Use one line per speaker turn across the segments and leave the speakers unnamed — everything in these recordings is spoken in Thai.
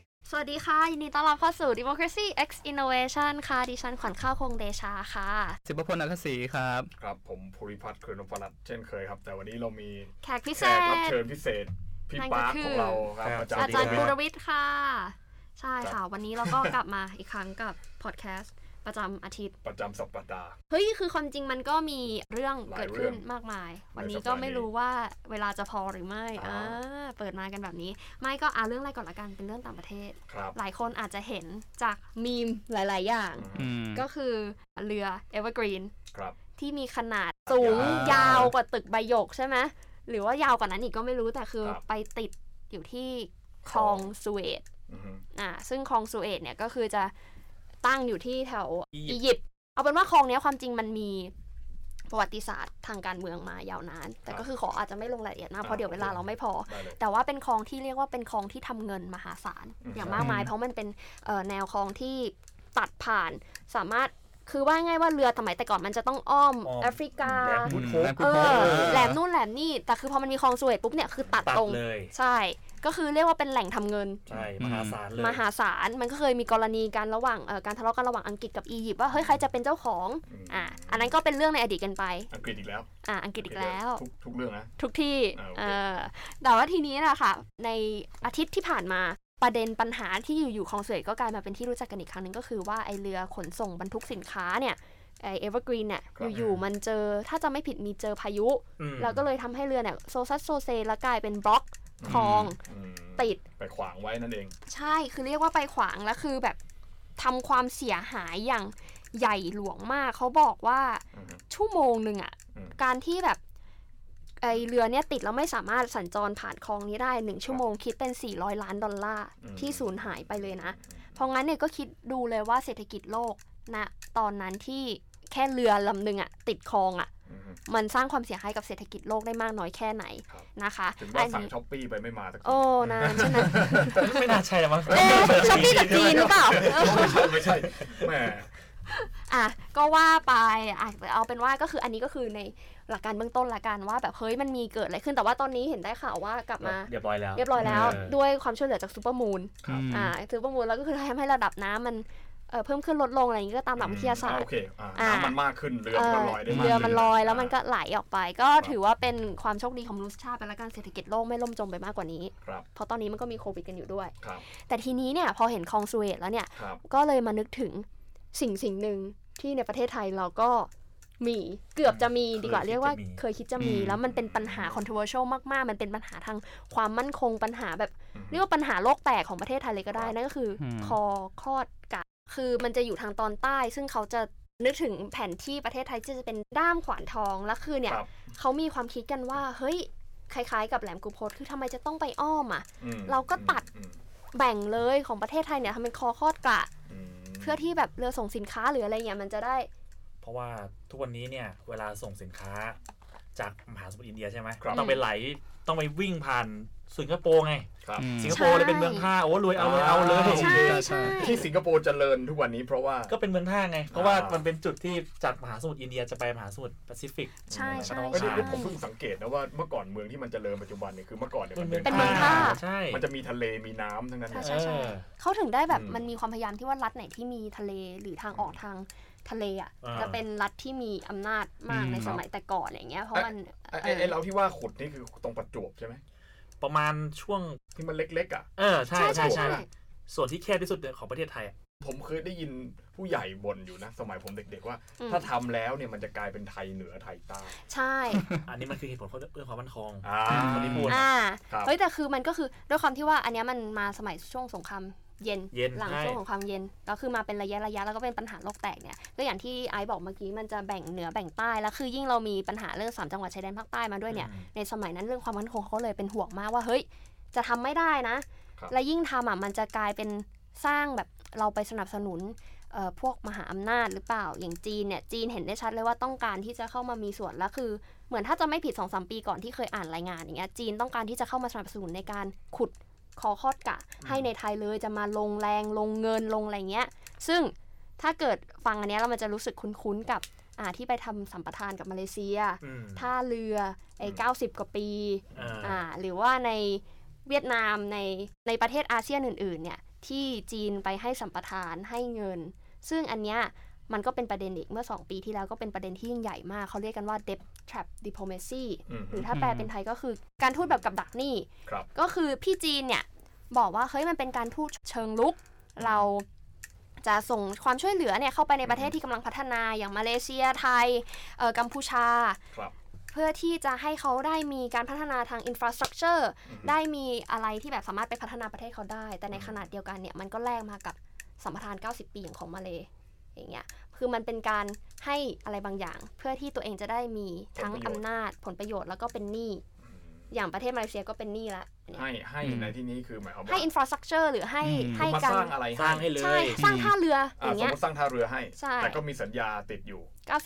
ยินดีต้อนรับเข้าสู่ Democracy X Innovation ค่ะ ดิฉันขวัญข้าวคงเดชาค่ะ
สิบพลอัคศรีครับ
ครับผมภูริพัฒน์เครือนพรัตน์เช่นเคยครับ แต่วันนี้เรามี
แขกพิ
แข
เศ
กรับ
ษ
เชิญพิเศษ พี่
นั่นก็
ปาร์ค
คือ
ของเราครับ
ครับ
อาจาร
อา
ย์
จารย์
วิ
บุร
โรจน์
วิทย์ค่ะ ใช่
ครั
ค่ะ
บ
วันนี้เราก็ กลับมาอีกครั้งกับพอดแคสต์ประจำอาทิตย์
ประจำสัปดาห์
เฮ้ย คือความจริงมันก็มีเรื่อง
หลาย
เกิดขึ้น
เรื่อง
มากมาย
ใน
วันนี้
สัปดาห์
ก็ไม่รู้ว่าเวลาจะพอหรือไม่
อ่า
อ่าเปิดมากันแบบนี้ ไม่ก็เอาเรื่องอะไรก่อนละกัน เป็นเรื่องต่างประเทศ
ครับ
หลายคนอาจจะเห็นจากมีมหลาย ๆ อย่าง
อืม
ก็คือเรือ Evergreen
ครับ
ที่มีขนาดสูง
อ่าย
ยาวกว่าตึกใบหยกใช่ไหมหรือว่ายาวกว่านั้นอีกก็ไม่รู้แต่คือ
ครับ
ไปติดอยู่ที่คลอง
คลอง
สุเอต
อือฮึ
อ่าซึ่งคลองสุเอตเนี่ยก็คือจะตั้งอยู่ที่แถว
อียิปต์
อียิปต์เอาเป็นว่าคลองเนี้ยความจริงมันมีประวัติศาสตร์ทางการเมืองมายาวนาน แต่ก็คือขออาจจะไม่ลงรายละเอียดมากเพราะเดี๋ยวเวลาเราไม่พอ
ได้เลย
แต่ว่าเป็นคลองที่เรียกว่าเป็นคลองที่ทำเงินมหาศาล
อืม
อย่างมากมาย
ครับ
เพราะมันเป็นเอ่อแนวคลองที่ตัดผ่านสามารถคือว่าง่ายว่าเรือสมัยแต่ก่อนมันจะต้องอ้อม
อ้อม
แอฟริกา
แหลม
อื
พุ
ม
ทโค
แล้ว
เอ
คุณโพสต์
อ
เออ
แหลมนู่นแหลมนี่แต่คือพอมันมีคลองสวยปุ๊บเนี่ยคือตัด
ตัด
ตรง
เลย
ใช่ ก็คือเรียกว่าเป็นแหล่งทำเงิน
ใช่
อืม
มหาศาลเลย
มหาศาลมันก็เคยมีกรณีการระหว่างเอ่อการทะเลาะกันระหว่างอังกฤษกับอียิปต์ว่าเฮ้ยใครจะเป็นเจ้าของ
อืม
อ่ะอันนั้นก็เป็นเรื่องในอดีตกันไป
อังกฤษอีกแล้ว
อ่ะอังกฤษอีกแล้ว
ทุกทุกเรื่องนะ
ทุกที่
อ่าโอเค
เออแต่ว่าทีนี้นะคะในอาทิตย์ที่ผ่านมาประเด็นปัญหาที่อยู่ๆของสวยก็กลายมาเป็นที่รู้จักกันอีกครั้งหนึ่งก็คือว่าไอเรือขนส่งบรรทุกสินค้าเนี่ยไอเอเวอร์กรีนเนี่ยอยู่ๆมันเจอถ้าจะไม่ผิดมีเจอพายุ
อืม
แล้วก็เลยทำให้เรือเนี่ยโซซัสโซเซแล้วกลายเป็นบล็อกคลอง
อืม
ติด
ไปขวางไว้นั่นเอง
ใช่คือเรียกว่าไปขวางแล้วคือแบบทำความเสียหายอย่างใหญ่หลวงมากเขาบอกว่า
อือฮึ
ชั่วโมงหนึ่งอะ
อืม
การที่แบบไอเรือเนี่ยติดแล้วไม่สามารถสัญจรผ่านคลองนี้ได้หนึ่งชั่วโมงคิดเป็น 400 ล้านดอลลาร์ที่สูญหายไปเลยนะ เพราะงั้นเนี่ยก็คิดดูเลยว่าเศรษฐกิจโลกนะตอนนั้นที่แค่เรือลำหนึ่งอะติดคลองอะ
อือฮึ
มันสร้างความเสียหายกับเศรษฐกิจโลกได้มากน้อยแค่ไหน
ครับ
นะคะ
ถึงว่าสั่ง
นี้
ช้อปปี้ไปไม่มาสักที
โอ้นานใช่ไหม
ไม่น่าใช่แล้วมั้ง
เอ๊ ะช้อปปี้จากจีนหรือเปล่า
ไม่ใช่ไม่ใช่แหม
อ่ะก็ว่าไปอ่ะเอาเป็นว่าก็คืออันนี้ก็คือในหลักการเบื้องต้นละกันว่าแบบเฮ้ยมันมีเกิดอะไรขึ้นแต่ว่าตอนนี้เห็นได้ข่าวว่ากลับมา
เรียบร้อยแล้ว
เรียบร้อยแล้ว
เออ
ด้วยความช่วยเหลือจากซูเปอร์มูน
ครับ
อืม
อ่าซูเปอร์มูนแล้วก็คือทำให้ระดับน้ำมันเอ่อเพิ่มขึ้นลดลงอะไรอย่างนี้ก็ตามหลักวิทยาศาสต
อ่ะ
ร์
โอเคอ่ะ
อ่า
น้ำมันมากขึ้นเรือ
เอ
มันก็
อ
ลอยได้มาก
เรือมันลอยแล้ว
ขึ้ะ
มันก็ไหลออกไป ก็ถือว่าเป็นความโชคดีของมนุษยชาติไปละกันเศรษฐกิจโลกไม่ล่มจมไปมากกว่านี้
ครับ
เพราะตอนนี้มันก็มีโควิดกันอยู่ด้วย
ครับ
แต่ทีนี้เนี่ยพอเห็นคลองสุเอตแล้วเนี่ย
ครับ
ก็เลยมานึกถึงสิ่งสิ่งหนึ่งที่ในประเทศไทยเราก็มีเกือบจะมีดีกว่าเรียกว่าเคยคิดจะมี
อืม
แล้วมันเป็นปัญหา controversial มากๆ มันเป็นปัญหาทางความมั่นคงปัญหาแบบ
อือฮึ
เรียกว่าปัญหาโลกแตกของประเทศไทยเลยก็ได้ นั่นก็คืออ
ม
คอคอดกะคือมันจะอยู่ทางตอนใต้ ซึ่งเขาจะนึกถึงแผนที่ประเทศไทยที่จะเป็นด้ามขวานทองแล้วคือเนี่ย
ครับ
เขามีความคิดกันว่า เฮ้ย คล้ายๆ กับแหลมกูโพสคือทำไมจะต้องไปอ้อมอ่ะ
อืม
เราก็ตัด
อืม
แบ่งเลยของประเทศไทยเนี่ยทำเป็นคอคอดกะ
อืม
เพื่อที่แบบเรือส่งสินค้าหรืออะไรเงี้ยมันจะได้
เพราะว่าทุกวันนี้เนี่ย เวลาส่งสินค้าจากมหาสมุทรอินเดียใช่ไหม
ครับ
ต้องไปไหลต้องไปวิ่งผ่านสิงคโปร์ไง
ครับ
อืม
สิงคโปร์เลยเป็นเมืองท่าโอ้รวยเอาเลยเอาเลย
ใช่ใช่
ที่สิงคโปร์เจริญทุกวันนี้เพราะว่า
ก็เป็นเมืองท่าไง เพราะว่า
อ่ามั
มันเป็นจุดที่จากมหาสมุทรอินเดียจะไปมหาสมุทรแปซิฟิก
ใช่ใช่
ไม่
ใช่
ได้ผมเพิ่งสังเกตนะว่าเมื่อก่อนเมืองที่มันเจริญปัจจุบันเนี่ยคือเมื่อก่อนเนี่ยมัน
เป็นเมืองท่า
ใช่
มันจะมีทะเลมีน้ำทั้งนั้นเนี่ย
ใช่ใช่
เออ
เขาถึงได้แบบ
อืม
มันมีความพยายามที่ว่ารัฐไหนที่มีทะเลหรือทางออกทางทะเลอ่ะ
อ่า
จะเป็นรัฐที่มีอำนาจมาก
อืม
ในสมัยแต่ก่อนอย่างเงี้ยเพราะมัน
ไอ้
เอ
ไอ้ไอ้
อ
เราที่ว่าขุดนี่คือตรงประจวบใช่ไหม
ประมาณช่วง
ที่มันเล็กๆอ่ะ
เออใช่
ใช่ใช่
ใช่
ใช่
ใช่ส่วนที่แคบที่สุดเนี่ยของประเทศไทยอะ
ผมเคยได้ยินผู้ใหญ่บ่นอยู่นะ สมัยผมเด็กๆว่า
อืม
ถ้าทำแล้วเนี่ยมันจะกลายเป็นไทยเหนือไทยใต้
ใช่
อันนี้มันคือเหตุผลเรื่องความมั่นคง
อ่าคนนี้พูด
อ่า
ครับ
เฮ้ยแต่คือมันก็คือด้วยความที่ว่าอันเนี้ยมันมาสมัยช่วงสงครามเย็น
เย็น
หลัง
ใช่
ช่วงของความเย็นก็คือมาเป็นระยะระยะแล้วก็เป็นปัญหาโลกแตกเนี่ยก็อย่างที่ไอซ์บอกเมื่อกี้มันจะแบ่งเหนือแบ่งใต้แล้วคือยิ่งเรามีปัญหาเรื่องสามจังหวัดชายแดนภาคใต้มาด้วยเนี่ย ในสมัยนั้นเรื่องความมั่นคงเขาเลยเป็นห่วงมากว่าเฮ้ย จะทำไม่ได้นะ
ครับ
และยิ่งทำอ่ะมันจะกลายเป็นสร้างแบบเราไปสนับสนุนเอ่อพวกมหาอำนาจหรือเปล่าอย่างจีนเนี่ยจีนเห็นได้ชัดเลยว่าต้องการที่จะเข้ามามีส่วนแล้วคือ เหมือนถ้าจะไม่ผิด2อสปีก่อนที่เคยอ่านรายงานอย่างเงี้ยจีนต้องการที่จะเข้ามาสนับสนุนในการขุดคอคอดกะ ให้ในไทยเลยจะมาลงแรงลงเงินลงอะไรเงี้ย ซึ่งถ้าเกิดฟังอันเนี้ยแล้วมันจะรู้สึกคุ้นๆกับอ่าที่ไปทำสัมปทานกับมาเลเซีย
อืม
ท่าเรือไอ้
อืม
เก้าสิบกว่าปี
อ่า
อ่าหรือว่าในเวียดนามในในประเทศอาเซียนอื่นๆเนี่ย ที่จีนไปให้สัมปทานให้เงิน ซึ่งอันเนี้ยมันก็เป็นประเด็นอีกเมื่อ 2 ปีที่แล้วก็เป็นประเด็นที่ยิ่งใหญ่มาก เขาเรียกกันว่า debt trap diplomacy
อืม
หรือถ้าแปลเป็นไทยก็คือการทูตแบบกับดักหนี้
ครับ
ก็คือพี่จีนเนี่ย บอกว่าเฮ้ยมันเป็นการทูตเชิงลุก เราจะส่งความช่วยเหลือเนี่ยเข้าไปในประเทศที่กำลังพัฒนาอย่างมาเลเซียไทยเอ่อกัมพูชา
ครับ
เพื่อที่จะให้เขาได้มีการพัฒนาทางอินฟราสตรักเจอร์
อืม
ได้มีอะไรที่แบบสามารถไปพัฒนาประเทศเขาได้ แต่ในขณะเดียวกันเนี่ย มันก็แลกมากับสัมปทาน 90 ปีอย่างของมาเลอย่างเงี้ยคือมันเป็นการให้อะไรบางอย่าง เพื่อที่ตัวเองจะได้มีทั้ง
ผลประโยชน์
อำนาจผลประโยชน์แล้วก็เป็นหนี้อย่างประเทศมาเลเซียก็เป็นหนี้ละเนี่ย
ให้ให้
อืม
ในที่นี้คือหมายความว่า
ให้อินฟราสตรักเจอร์หรือให้
อืม
ให้
มา
กั
ส
น
ร้างอะไร
สร้างให้เล
ใช่
ย
สร้างท่าเรืออ
อ่า
ย่าง
สม
เงี้ย
มติสร้างท่าเรือให้
ใช่
แต่ก็มีสัญญาติดอยู่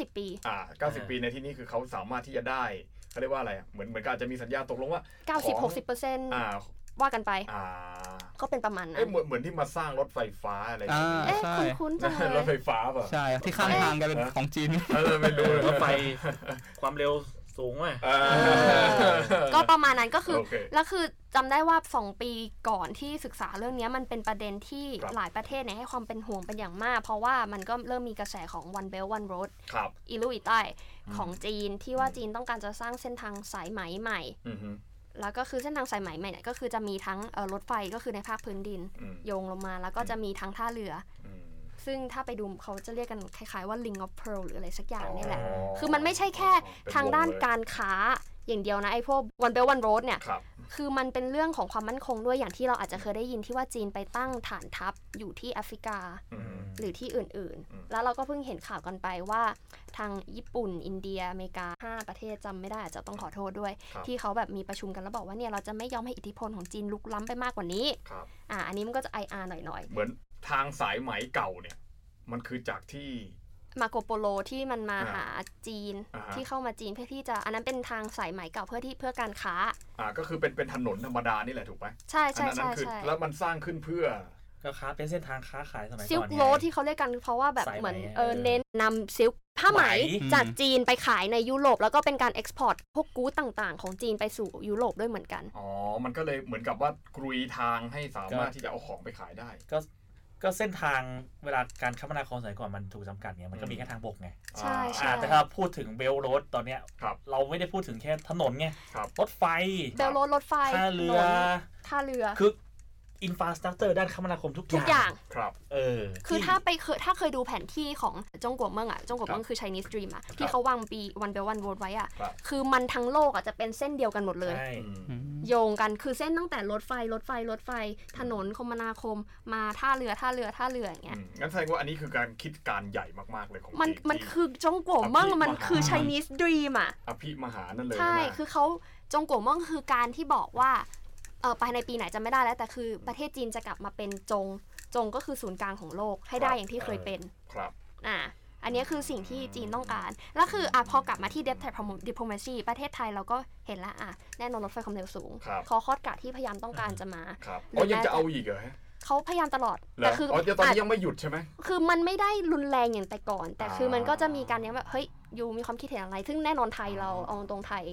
90 ปี
อ่า90 ปีในที่นี้คือเขาสามารถที่จะได้เขาเรียกว่าอะไรอ่ะเหมือนเหมือนกับอาจจะมีสัญญาตกลงว่า
90
ของ
60เปอร์เซ็นต์
อ่า
ว่ากันไป
อ่า
ก็เป็นประมาณนั้
เอ้ย
น
เหมือนเหมือนที่มาสร้างรถไฟฟ้าอะไรอย่าง
อ่า
เงี้ย
เอ๊ะ
ใช่
คุ้นๆจั
นะ
งเล
ร
ย
ถไฟฟ้าป่ะ
ใช่ที่ข้างทางกันเป็น
เอ๊ะ
ของจีน
เออไม่รู้เลย
รถไฟความเร็วสูงอ่ะ
เออ
อ ก็ประมาณนั้นก็คือ
โอเค
แล้วคือจำได้ว่า 2 ปีก่อนที่ศึกษาเรื่องเนี้ยมันเป็นประเด็นที่
ครับ
หลายประเทศเนี่ยให้ความเป็นห่วงเป็นอย่างมาก เพราะว่ามันก็เริ่มมีกระแสของ one belt one road
ครับ
อิลูอิใต้
อืม
ของจีนที่ว่าจีนต้องการจะสร้างเส้นทางสายไหมใหม่
อือฮึ
แล้วก็คือเส้นทางสายไหมใหม่เนี่ยก็คือจะมีทั้งเอ่อรถไฟก็คือในภาคพื้นดิน
อืม
โยงลงมาแล้วก็จะมีทั้งท่าเรือ
อืม
ซึ่งถ้าไปดูเขาจะเรียกกันคล้ายๆว่า ring of pearl หรืออะไรสักอย่างเนี่ยแหละ
อ๋อ
คือมันไม่ใช่แค่ทางด้านการค้าอย่างเดียวนะไอ้พวก one belt one road เนี่ย
ครับ
คือมันเป็นเรื่องของความมั่นคงด้วยอย่างที่เราอาจจะเคยได้ยินที่ว่าจีนไปตั้งฐานทัพอยู่ที่แอฟริกา
อืม
หรือที่อื่น
อืม
ๆ แล้วเราก็เพิ่งเห็นข่าวกันไปว่า ทางญี่ปุ่น อินเดียอเมริกา 5 ประเทศจำไม่ได้อาจจะต้องขอโทษด้วย
ครับ
ที่เขาแบบมีประชุมกันแล้วบอกว่าเนี่ยเราจะไม่ยอมให้อิทธิพลของจีนลุกล้ำไปมากกว่านี้
ครับ
อ่าอันนี้มันก็จะ IR หน่อย
เหมือนทางสายไหมเก่าเนี่ย มันคือจากที่
ๆ มาโกโปโลที่มันมา
อ่า
หาจีน
อ่าฮะ
ที่เข้ามาจีนเพื่อที่จะอันนั้นเป็นทางสายไหมเก่าเพื่อที่เพื่อการค้า
อ่าก็คือเป็นเป็นถนนธรรมดานี่แหละถูกไหม
ใช่ใช่
อันนั้
ใช่
นคือ
ใช่
แล้วมันสร้างขึ้นเพื่อ
ก็ค้าเป็นเส้นทางค้าขายสมัยก่อน
ซิล
ไง
โรดที่เขาเรียกกันเพราะว่าแบบ
สายไหม
เหมือนเออ
เออ
เน้นนำซิลผ้าไหม
ไหม
จากจีนไปขายในยุโรป แล้วก็เป็นการเอ็กซ์พอร์ตพวกกู๊ดต่างๆ ของจีนไปสู่ยุโรปด้วยเหมือนกัน
อ๋อ มันก็เลยเหมือนกับว่ากรุยทางให้สามารถที่จะเอาของไปขายได้
ก็ก็เส้นทางเวลาการคมนาคมสมัยก่อนมันถูกจำกัดไงมันก็มีแค่ทางบกไง
ใช่ใช่
อ่าแต่ถ้าพูดถึงเบลโรดตอนเนี้ย
ครับ
เราไม่ได้พูดถึงแค่ถนนไง
ครับ
รถไฟ
เบลโรดรถไฟ
ท่าเรือ
ถนนท่าเรือ
คืออินฟาสตรักเจอร์ด้านคมนาคมทุกอ
ทุก
ย่าง
อย่าง
ครับ
เออ
คือ
ที่
ถ้าไปเคยถ้าเคยดูแผนที่ของจงกัวเมืองอ่ะจงกัวเมืองคือ Chinese Dream อ่ะที่เขาวางปีวันเบลวันโรดไว้อ่ะ
ครับ
คือมันทั้งโลกอ่ะจะเป็นเส้นเดียวกันหมดเลย
ใช่
อืม
อืม
โยงกันคือเส้นตั้งแต่รถไฟรถไฟรถไฟ ถนนคมนาคม มาท่าเรือท่าเรือท่าเรืออย่างเงี้ย
อืมงั้นแสดงว่าอันนี้คือการคิดการใหญ่มากๆเลยของ
มัน
จี
มัน
ที่
คือจงกัวเมั่ง
อภิ
มันคือ
มหา
Chinese Dream อ่ะ
อภิมหานั่นเลย
ใช่
ไหม
คือเขาจงกัวเมั่งคือการที่บอกว่าเออภายในปีไหนจะไม่ได้แล้ว แต่คือประเทศจีนจะกลับมาเป็นจง จงก็คือศูนย์กลางของโลกให้ได้อย่างที่เคยเป็น
ครับ
อ่ะอันเนี้ยคือสิ่งที่จีนต้องการ แล้วคืออ่ะพอกลับมาที่ debt trap promo- diplomacy ประเทศไทยเราก็เห็นละอ่ะแน่นอนรถไฟความเร็วสูง
ครับ
คอคอดกะที่พยายามต้องการจะมา
ครับ
หรือ
อ๋อยัง
แม้แต่
จะเอาอีกเหรอฮะ
เขาพยายามตลอด
เหร
แต่
อ
คือ
อ๋อจะตอน
อาจ
นี้ยังไม่หยุดใช่ไหม
คือมันไม่ได้รุนแรงอย่างแต่ก่อน แต่คือ
อ่ามั
มันก็จะมีการยังแบบเฮ้ยยูมีความคิดเห็นอะไร ซึ่งแน่นอนไทยเราเอาตรงไทย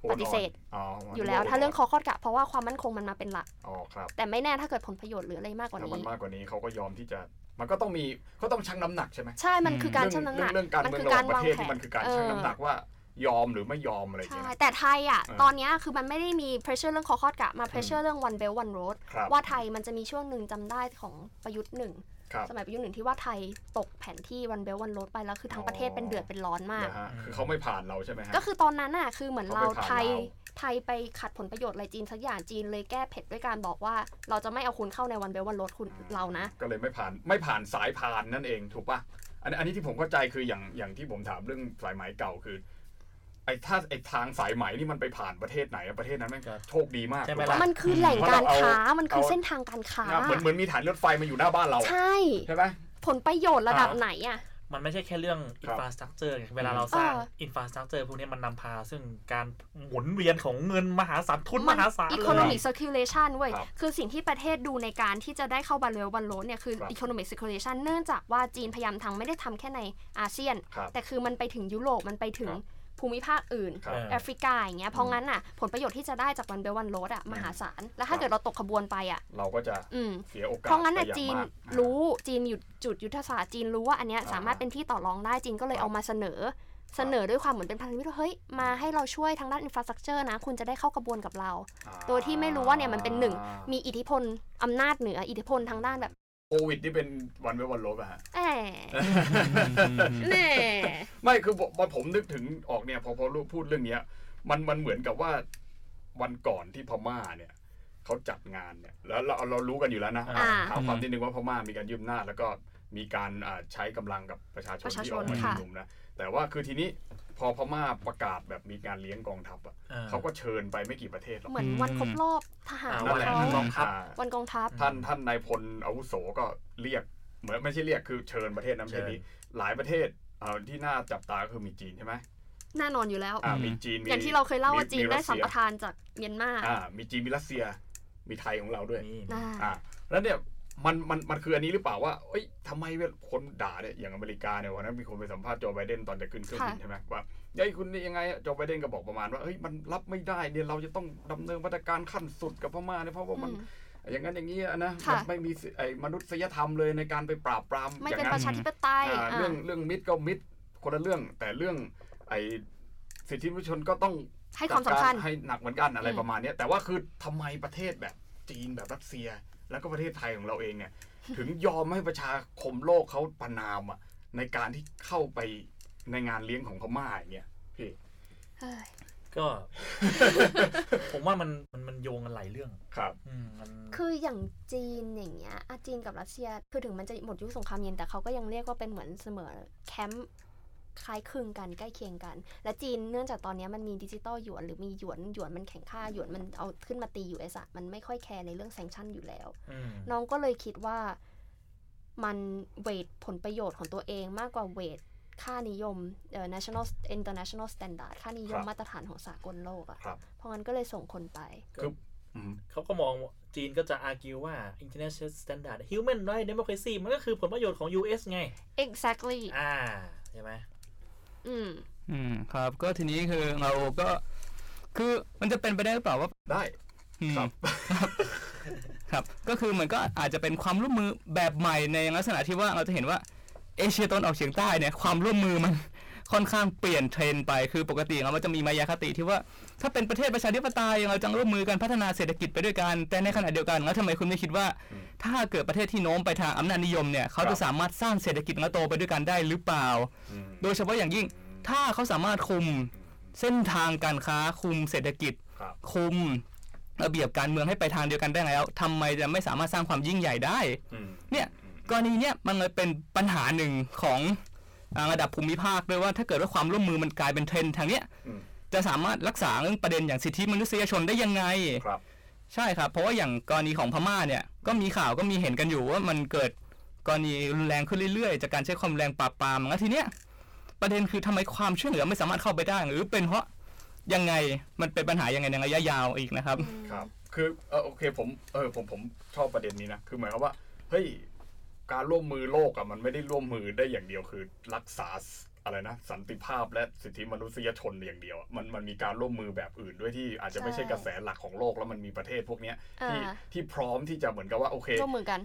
โอนอ่อน
ปฏิเสธ
อ๋อ
อยู่แล้วถ้าเรื่องคอคอดกะ เพราะว่าความมั่นคงมันมาเป็นหลัก
อ๋อครับ
แต่ไม่แน่ถ้าเกิดผลประโยชน์หรืออะไรมากกว่า
ถ้ามัน
นี้
มากกว่านี้เขาก็ยอมที่จะ มันก็ต้องมีเขาต้องชั่งน้ำหนักใช่ไหม
ใช่มันคือการชั่งน้ำหนัก
เรื่องเรื่องการ
มั
เมือง
คืการง
ระหว่าป
วาง
ระเทศ
แผน
ที่มันคือการชั่งน้ำหนักว่ายอมหรือไม่ยอมอะไรอย่าง
ใช่
เงี้ย
แต่ไทยอ่ะ
เออ
ตอนเนี้ยคือมันไม่ได้มี pressure เรื่องคอคอดกะมา pressure เรื่อง one belt one road
ครับ
ว่าไทยมันจะมีช่วงหนึ่งจำได้ของประยุทธ์หนึ่ง
ครับ
สมัยประยุทธ์หนึ่งที่ว่าไทยตกแผนที่ one belt one road ไปแล้วคือทั้งประเทศเป็นเดือดเป็นร้อนมาก
นะฮะคือเขาไม่ผ่านเราใช่ไหมฮะ
ก็คือตอนนั้นน่ะคือเหมือนเรา
เขาไปผ่าน
ไทย
ลาว
ไทยไปขัดผลประโยชน์อะไรจีนสักอย่างจีนเลยแก้เผ็ดด้วยการบอกว่า เราจะไม่เอาคุณเข้าในวันเบลวันรถคุณเรานะ
ก็เลยไม่ผ่านไม่ผ่านสายผ่านนั่นเองถูกปะอันอันนี้ที่ผมเข้าใจคืออย่างอย่างที่ผมถามเรื่องสายไหมเก่าคือไอ้ถ้าไอ้ทางสายไหมนี่มันไปผ่านประเทศไหนอะประเทศนั้นแม่งโชคดีมาก
ใช่ไหม
ถูก
ล่ะ
ปะ
มันคือแหล่งการค้า
เพราะเราเอา
มันคือเส้นทางการค้า
นะเหมือนเหมือนมีฐานรถไฟมาอยู่หน้าบ้านเรา
ใช่
ใช่ไหม
ผลประโยชน์ระดับไหนอ่ะ
มันไม่ใช่แค่เรื่อง
ค
อิ
รั
น
บ
ฟาสตรักเจอร์เวลาเราสร้าง
เออ
อินฟาสตรักเจอร์พวกนี้มันนำพา ซึ่งการหมุนเวียนของเงินมหาศาลทุนมหาศาล
อี
เล
โคโน
ย
มิก c ิ r c u l a t i o n เว้ย
ครับ
คือสิ่งที่ประเทศดูในการที่จะได้เข้าบัลเลวบัลโลนเนี่ยคือ
ครับ
อีโคโนมิก c ิ r c u l a t i o n เนื่องจากว่าจีนพยายามทำไม่ได้ทำแค่ในอาเซียน
ครับ
แต่คือมันไปถึงยุโรปมันไปถึง
ครับ
ภูมิภาคอื่น
ครับ
เออ
แอฟริกาอย่างเงี้ยเพราะงั้นอ่ะผลประโยชน์ที่จะได้จากวันเบลวันโรดอ่ะมหาศาล แล้วถ้าเกิดเราตกขบวนไปอ่ะ
เราก็จะ
อืม
เสียโอกาส
เพราะงั้นน่ะ
ไปอย่
จีน
มาก
รู้จีนอยู่จุดยุทธศาสตร์จีนรู้ว่าอันเนี้ย
อ่า
สามารถเป็นที่ต่อรองได้จีนก็เลย
ครับ
เอามาเสนอ เสนอด้วยความเหมือนเป็นพันธมิตรว่าเฮ้ยมาให้เราช่วยทางด้านอินฟราสตรักเจอร์นะ คุณจะได้เข้ากระบวนกับเรา
า
โดยที่ไม่รู้ว่าเนี่ยมันเป็นหนึ่ง มีอิทธิพลอำนาจเหนืออิทธิพลทางด้านแบบ
โควิดนี่เป็นวันเว้นวันลบอะฮะ
แหมแหม
ไม่คือผมพอผมนึกถึงออกเนี่ยพอพอลูกพูดเรื่องเนี้ย มันมันเหมือนกับว่าวันก่อนที่พม่าเนี่ยเขาจัดงานเนี่ยแล้วเราเรารู้กันอยู่แล้วนะ
อ่า
ถามความนิดนึงว่าพม่ามีการยืมหน้าจแล้วก็มีการอ่าใช้กำลังกับประชาชน
ประชาชน
ที่ออกมาชุ
ค่ะ
มนุมนะแต่ว่าคือทีนี้พอพม่าประกาศแบบมีการเลี้ยงกองทัพอะ
อ่า
เขาก็เชิญไปไม่กี่ประเทศหรอก
เหมือนวันครบรอบทหาร
อ่า
นั่นแหละ
เขา
ท่าน
ร
ต้
บ
อง
ครับ
อ่า
วันกองทัพ
ท่านท่านนายพลอาวุโสก็เรียกเหมือนไม่ใช่เรียกคือเชิญประเทศนั้นประเทศนี้ หลายประเทศเอ่อที่น่าจับตาก็คือมีจีนใช่ไหม
แน่นอนอยู่แล้ว
อ่า
อืม
มีจีนมี
อย่างที่เราเคยเล่าว่าจีนได้สัมป
รัสเซีย
ทานจากเมียนมา
อ่ามีจีนมีรัสเซียมีไทยของเราด้วย
นี่
อ่า
อ่าแล้วเนี่ยมันมันมันคืออันนี้หรือเปล่าว่าเอ้ยทำไมเวลาคนด่าเนี่ยอย่างอเมริกาเนี่ยวันนั้นมีคนไปสัมภาษณ์โจไบเดนตอนจะขึ้นเครื่องบิน
ค่ะ
ใช่ไหมว่าเฮ้ยคุณนี่ยังไงโจไบเดนก็บอกประมาณว่าเฮ้ยมันรับไม่ได้เนี่ยเราจะต้องดำเนินมาตรการขั้นสุดกับพม่าเนี่ยเพราะว่ามัน
อืม
อย่างนั้นอย่างนี้อะนะ
ค่ะ
มันไม่มีสิไอ้มนุษยธรรมเลยในการไปปราบปราม
ไม่
อย่า
เป็น
ง
ป
นั้
ระ
น
ชาธิปไตย
อ่า
อ่า
เรื่องเรื่องมิตรก็มิตรคนละเรื่อง แต่เรื่องไอ้สิทธิมนุษยชนก็ต้อง
ให้ความสำคัญ
จัดกรให้หนักเหมือนกันอะไร
อืม
ประมาณเนี้ยแต่ว่าคือทำไมประเทศแบบจีนแบบรัสเซีย แล้วก็ประเทศไทยของเราเอง เนี่ย ถึงยอมให้ประชาคมโลกเขาประนามอะในการที่เข้าไปในงานเลี้ยงของพม่าอย่างเงี้ยพี่
เฮ้ย
ก็ ผมว่ามันมันมันโยงกันหลายเรื่อง
ครับ
อืมมัน
คืออย่างจีนอย่างเงี้ยอะจีนกับรัสเซีย คือถึงมันจะหมดยุคสงครามเย็นแต่เขาก็ยังเรียกว่าเป็นเหมือนเสมอแคมป์คล้ายคลึงกันใกล้เคียงกัน และจีนเนื่องจากตอนเนี้ยมันมีดิจิตอลหยวนหรือมีหยวนหยวนมันแข่งค่าหยวนมันเอาขึ้นมาตี US อะมันไม่ค่อยแคร์ในเรื่องแซงชั่นอยู่แล้ว
อืม
น้องก็เลยคิดว่ามันเวทผลประโยชน์ของตัวเองมากกว่าเวทค่านิยมเอ่อ national international standard ค่านิยม
ครับ
มาตรฐานของสากลโลกอะ
ครับ
เพราะงั้นก็เลยส่งคนไป
อืม
เขาก็มองว่าจีนก็จะ argue ว่า international standard human rights democracy มันก็คือผลประโยชน์ของ US ไง
exactly
อ่า ใช่ไหม
อืม
อืมครับก็ทีนี้คือเราก็ คือมันจะเป็นไปได้หรือเปล่าว่า
ได้
อืม
ครับ
ครับ ก็คือมันก็อาจจะเป็นความร่วมมือแบบใหม่ในลักษณะที่ว่าเราจะเห็นว่าเอเชียตะวันออกเฉียงใต้เนี่ยความร่วมมือมัน ค่อนข้างเปลี่ยนเทรนด์ไปคือปกติเรามันจะมีมายาคติที่ว่า ถ้าเป็นประเทศประชาธิปไตยเราจะร่วมมือกันพัฒนาเศรษฐกิจไปด้วยกัน แต่ในขณะเดียวกันแล้วทำไมคุณไม่คิดว่า
อืม
ถ้าเกิดประเทศที่โน้มไปทางอำนาจนิยมเนี่ยเขา
ครั
จะ
บ
สามารถสร้างเศรษฐกิจและโตไปด้วยกันได้หรือเปล่า
อืม
โดยเฉพาะอย่างยิ่งถ้าเขาสามารถคุมเส้นทางการค้าคุมเศรษฐกิจ
ครับ
คุมระเบียบการเมืองให้ไปทางเดียวกันได้แล้วทำไมจะไม่สามารถสร้างความยิ่งใหญ่ได้
อืม
เนี่ย
อืม
กรณีเนี้ยมันเลยเป็นปัญหาหนึ่งของอ่าระดับภูมิภาคด้วยว่าถ้าเกิดว่าความร่วมมือมันกลายเป็นเทรนด์ทางเนี้ย
อืม
จะสามารถรักษาเรื่องประเด็นอย่างสิทธิมนุษยชนได้ยังไง
ครับ
ใช่ครับ เพราะว่าอย่างกรณีของพม่าเนี่ยก็มีข่าวก็มีเห็นกันอยู่ว่ามันเกิดกรณีรุนแรงขึ้นเรื่อยๆ จากการใช้ความแรงปราบปรามแล้วทีเนี้ยประเด็นคือทำไมความช่วยเหลือไม่สามารถเข้าไปได้ หรือเป็นเพราะยังไงมันเป็นปัญหายังไงในระยะยาวอีกนะครับ
ครับ คือ เออโอเค ผม เออ ผม ผมชอบประเด็นนี้นะ คือหมายความว่า เฮ้ย การร่วมมือโลกอะมันไม่ได้ร่วมมือได้อย่างเดียว คือรักษาสอะไรนะ สันติภาพและสิทธิมนุษยชนอย่างเดียวอะมัน มันมีการร่วมมือแบบอื่นด้วยที่อาจจะไม่ใช่
ใช่
กระแสหลักของโลก แล้วมันมีประเทศพวกเนี้ย
อ่า
ที่ ที่พร้อมที่จะเหมือนกับว่า โอเค
ร่วมมือกัน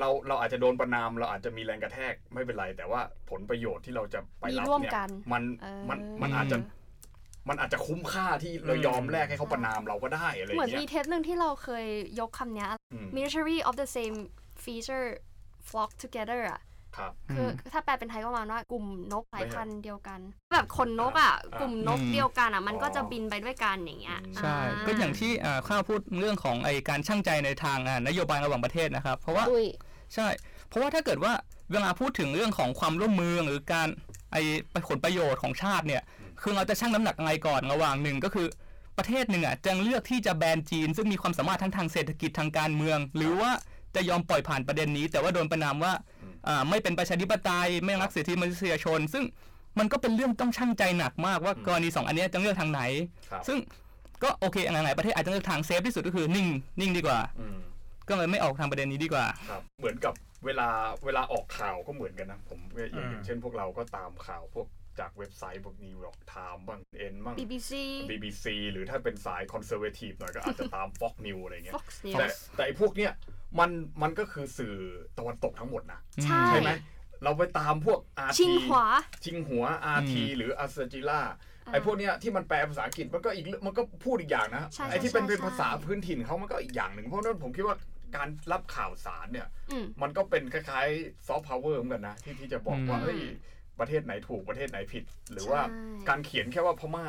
เรา เราอาจจะโดนประนาม เราอาจจะมีแรงกระแทก ไม่เป็นไร แต่ว่าผลประโยชน์ที่เราจะไปรับ
มีร่วม
เนี่ย
กัน
มัน
เออ
มัน มันอาจจะ มันอาจจะคุ้มค่าที่เรายอมแลกให้เขาประนามเราก็ได้อะไรอ
เหมือน
ย่าง
มี
เงี้ย
เทปหนึ่งที่เราเคยยกคำเนี้ย
อืม
military of the same feature flock together อ่ะ
ครับ
คืออถ้าแปลเป็นไทยก็ประมาณว่ากลุ่มนกสายพันธุ์เดียวกัน แบบขนนกอ่ะ
อ่าก ก
ลุ่มนก
อืม
เดียวกันอ่ะ มัน
อ๋อ
ก็จะบินไปด้วยกันอย่างเงี้ย
ใช่
า
ก็อย่างที่อ่าข้าวพูดเรื่องของไอการช่างใจในทางอ่านโยบายระหว่างประเทศนะครับ เพราะว่า
อุ้ย
ใช่ เพราะว่าถ้าเกิดว่าเวลาพูดถึงเรื่องของความร่วมมือหรือการไอผลประโยชน์ของชาติเนี่ย
อืม
คือเราจะชั่งน้ำหนักอะไรก่อนระหว่างหนึ่งก็คือประเทศหนึ่งอ่ะจะเลือกที่จะแบนจีน ซึ่งมีความสามารถทั้งทางเศรษฐกิจทางการเมือง หรือว่าจะยอมปล่อยผ่านประเด็นนี้ แต่ว่าโดนประนามว่าอ่าไม่เป็นประชาธิปไตยไม่รักสิทธิมนุษยชน ซึ่งมันก็เป็นเรื่องต้องชั่งใจหนักมากว่ากรณีสองอันเนี้ยจะเลือกทางไหน
ครับ
ซึ่งก็โอเคหลายๆประเทศอาจจะเลือกทางเซฟที่สุดก็คือนิ่งนิ่งดีกว่า
อืม
ก็เลยไม่ออกทางประเด็นนี้ดีกว่า
ครับเหมือนกับเวลาเวลาออกข่าวก็เหมือนกันนะผมอย่าง
อืม
อย่างเช่นพวกเราก็ตามข่าวพวก จากเว็บไซต์พวกนิวยอร์กไทม์บ้างเอ็นบ้าง
BBC
BBC หรือถ้าเป็นสายคอนเซอร์เวทีฟหน่อยก็อาจจะตาม Fox News อะไรเงี้ย
Fox
แต่
News
แต่ไอ้พวกเนี้ยมันมันก็คือสื่อตะวันตกทั้งหมดนะ
ใช่
ใช่ไหมเราไปตามพวกอา
ชิง
ที
หัว
ชิงหัวอาทีหรืออาซาจิล่าไอ้พวกเนี้ยที่มันแปลภาษาอังกฤษมันก็อีกเรื่องมันก็พูดอีกอย่างนะ
ใช่ใช่
ไอ้ที่เป็น
ใช่
เป็น
ใช่
ภาษาพื้นถิ่นเขามันก็อีกอย่างหนึ่งเพราะฉะนั้นผมคิดว่าการรับข่าวสารเนี่ย
อืม
มันก็เป็นคล้ายๆซอฟต์พาวเวอร์เหมือนกันนะ ที่ที่จะบอกว่า
อืม
เฮ้ยประเทศไหนถูกประเทศไหนผิด หรือ
ใช่
ว่าการเขียนแค่ว่าพม่า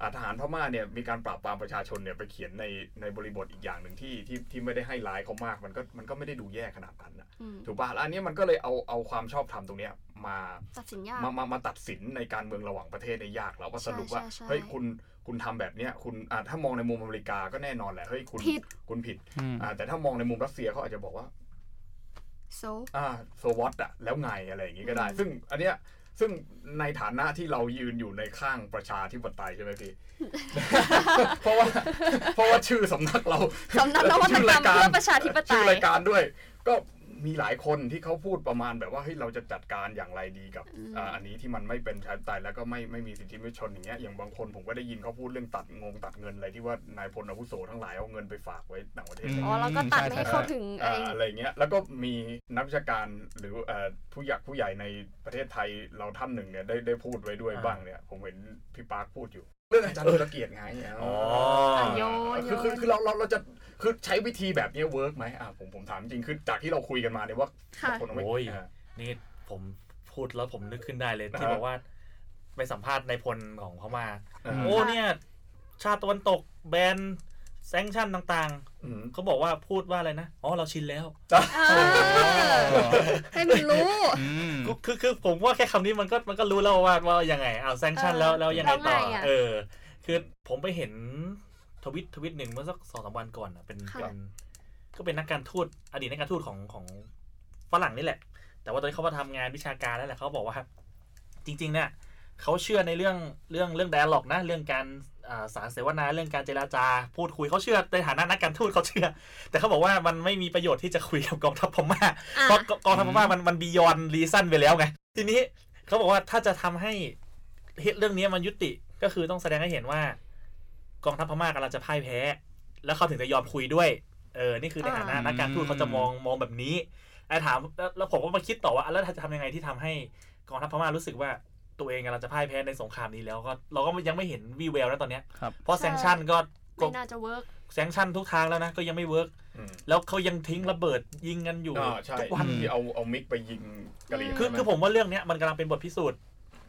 อ่าทหารพม่าเนี่ยมีการปราบปรามประชาชนเนี่ยไปเขียนในในบริบทอีกอย่างหนึ่งที่ที่ที่ไม่ได้ให้ร้ายเขามากมันก็มันก็ไม่ได้ดูแย่ขนาดนั้นนะ
อืม
ถูกป่ะแล้วอันเนี้ยมันก็เลยเอาเอาความชอบธรรมตรงเนี้ยมา
ตัดสินยาก
มามามาตัดสินในการเมืองระหว่างประเทศในยยากแล้วว่าสรุปว่า
ใช่ใช่
เฮ้ยคุณคุณทำแบบเนี้ยคุณอ่ะถ้ามองในมุมอเมริกาก็แน่นอนแหละเฮ้ยคุณ
ผิด
คุณผิด
อืม
อ่ะแต่ถ้ามองในมุมรัสเซียเขาอาจจะบอกว่า
โซ
อ่าโซวอตอะแล้วไงอะไรอย่างงี้ก็ได้
อืม
ซึ่งอันเนี้ยซึ่งในฐานะที่เรายืนอยู่ในข้างประชาธิปไตยใช่ไหม พี่ เพราะว่าเพราะว่าชื่อสำนักเรา
สำนักนวัต
ชื่อก
รม
รารยการ
เพื่อประชาธิปไต
ชื่อย รายการด้วย ก็มีหลายคนที่เขาพูดประมาณแบบว่าเฮ้ยเราจะจัดการอย่างไรดีกับ
อืม
อ่าอันนี้ที่มันไม่เป็นประชาธิปไตยแล้วก็ไม่ไม่มีสิทธิมนุษยชนอย่างเงี้ยอย่างบางคนผมก็ได้ยินเขาพูดเรื่องตัดงงตัดเงินอะไรที่ว่านายพลอาวุโสทั้งหลายเอาเงินไปฝากไว้ต่างประเทศอะไรอย่า
อ๋อแล้
งเงี้ย
วก็ตัด
ใช่
ไม่ให้เข้าถึงไอ้
อ่าอะไรเงี้ยแล้วก็มีนักวิชาการหรือเอ่อผู้อยากผู้ใหญ่ในประเทศไทยเราท่านหนึ่งเนี่ยได้ได้พูดไว้ด้วย
อ่า
บ้างเนี่ย ผมเห็นพี่ปาร์คพูดอยู่ เรื่องอาจารย์ธุรเกียรติไง
อ๋อ
อ่ะโยน
คือ
โย
คือน คือเราเราเราจะคือใช้วิธีแบบเนี้เวิร์กไหมอ่าผมผมถามจริงคือจากที่เราคุยกันมาเนี่ยว่า
ค่ะ
คนไม่
โอ้ย
อ่า
นี่ผมพูดแล้วผมนึกขึ้นได้เลย
อ่า
ที่บอกว่า ไปสัมภาษณ์ในายพลของพม่า
อ่า
โอ้เนี่ย ชาติตะวันตกแบนแซงชั่นต่าง
อืม
ๆเขาบอกว่าพูดว่าอะไรนะ อ๋อ เราชินแล้ว
เออให้มันรู้
อืม
คือคือคือผมว่าแค่คำนี้มันก็มันก็รู้แล้วว่าว่ายังไงเอาแซงชั่น
เออ
แล้วแล้วยังไงต่อ
แล้วไงอะ
เออ คือผมไปเห็นทวิตทวิตหนึ่งเมื่อสักสองสามวันก่อนอะเป็น
ค่ะ
เป็นก็เป็นนักการทูตอดีตนักการทูตของของฝรั่งนี่แหละ แต่ว่าตอนนี้เขามาทำงานวิชาการแล้วแหละเขาบอกว่า จริงๆเนี่ยเขาเชื่อในเรื่องเรื่องเรื่อง dialog นะเรื่องการอ่าสารเสวนาเรื่องการเจราจาพูดคุยเขาเชื่อในฐานะนักการทูตเขาเชื่อ แต่เขาบอกว่ามันไม่มีประโยชน์ที่จะคุยกับกองทัพพม่า
อ่ะ
เพราะกองทัพพม่ามันมันบียอนรีซันไปแล้วไง ทีนี้เขาบอกว่าถ้าจะทำให้เเรื่องนี้มันยุติก็คือต้องแสดงให้เห็นว่า กองทัพพม่ากำลังจะพ่ายแพ้ แล้วเขาถึงจะยอมคุยด้วยเออนี่คือในฐานะ
อ่านั
นักการทูตเขาจะมองมองแบบนี้ไอ้ถามแล้วแล้วผมก็มาคิดต่อว่าแล้วจะทำยังไงที่ทำให้กองทัพพม่ารู้สึกว่าตัวเองกำลังจะพ่ายแพ้ในสงครามนี้แล้วก็เราก็ยังไม่เห็นวีแววนะตอนเนี้ย
ครับ
เพราะ
ใช่
แซงชั่นก็ก็
ไม่น่าจะเวิร์ก
แซงชั่นทุกทางแล้วนะก็ยังไม่เวิร์ก
อืม
แล้วเขายังทิ้งระเบิดยิงกันอยู่
อ่าใช่
ทุกวัน
ที่เอาเอามิกไปยิงกะเหรี่ยง
คือ
ใช่ไห
คือผมว่าเรื่องเนี้ยมันกำลังเป็นบทพิสูจน์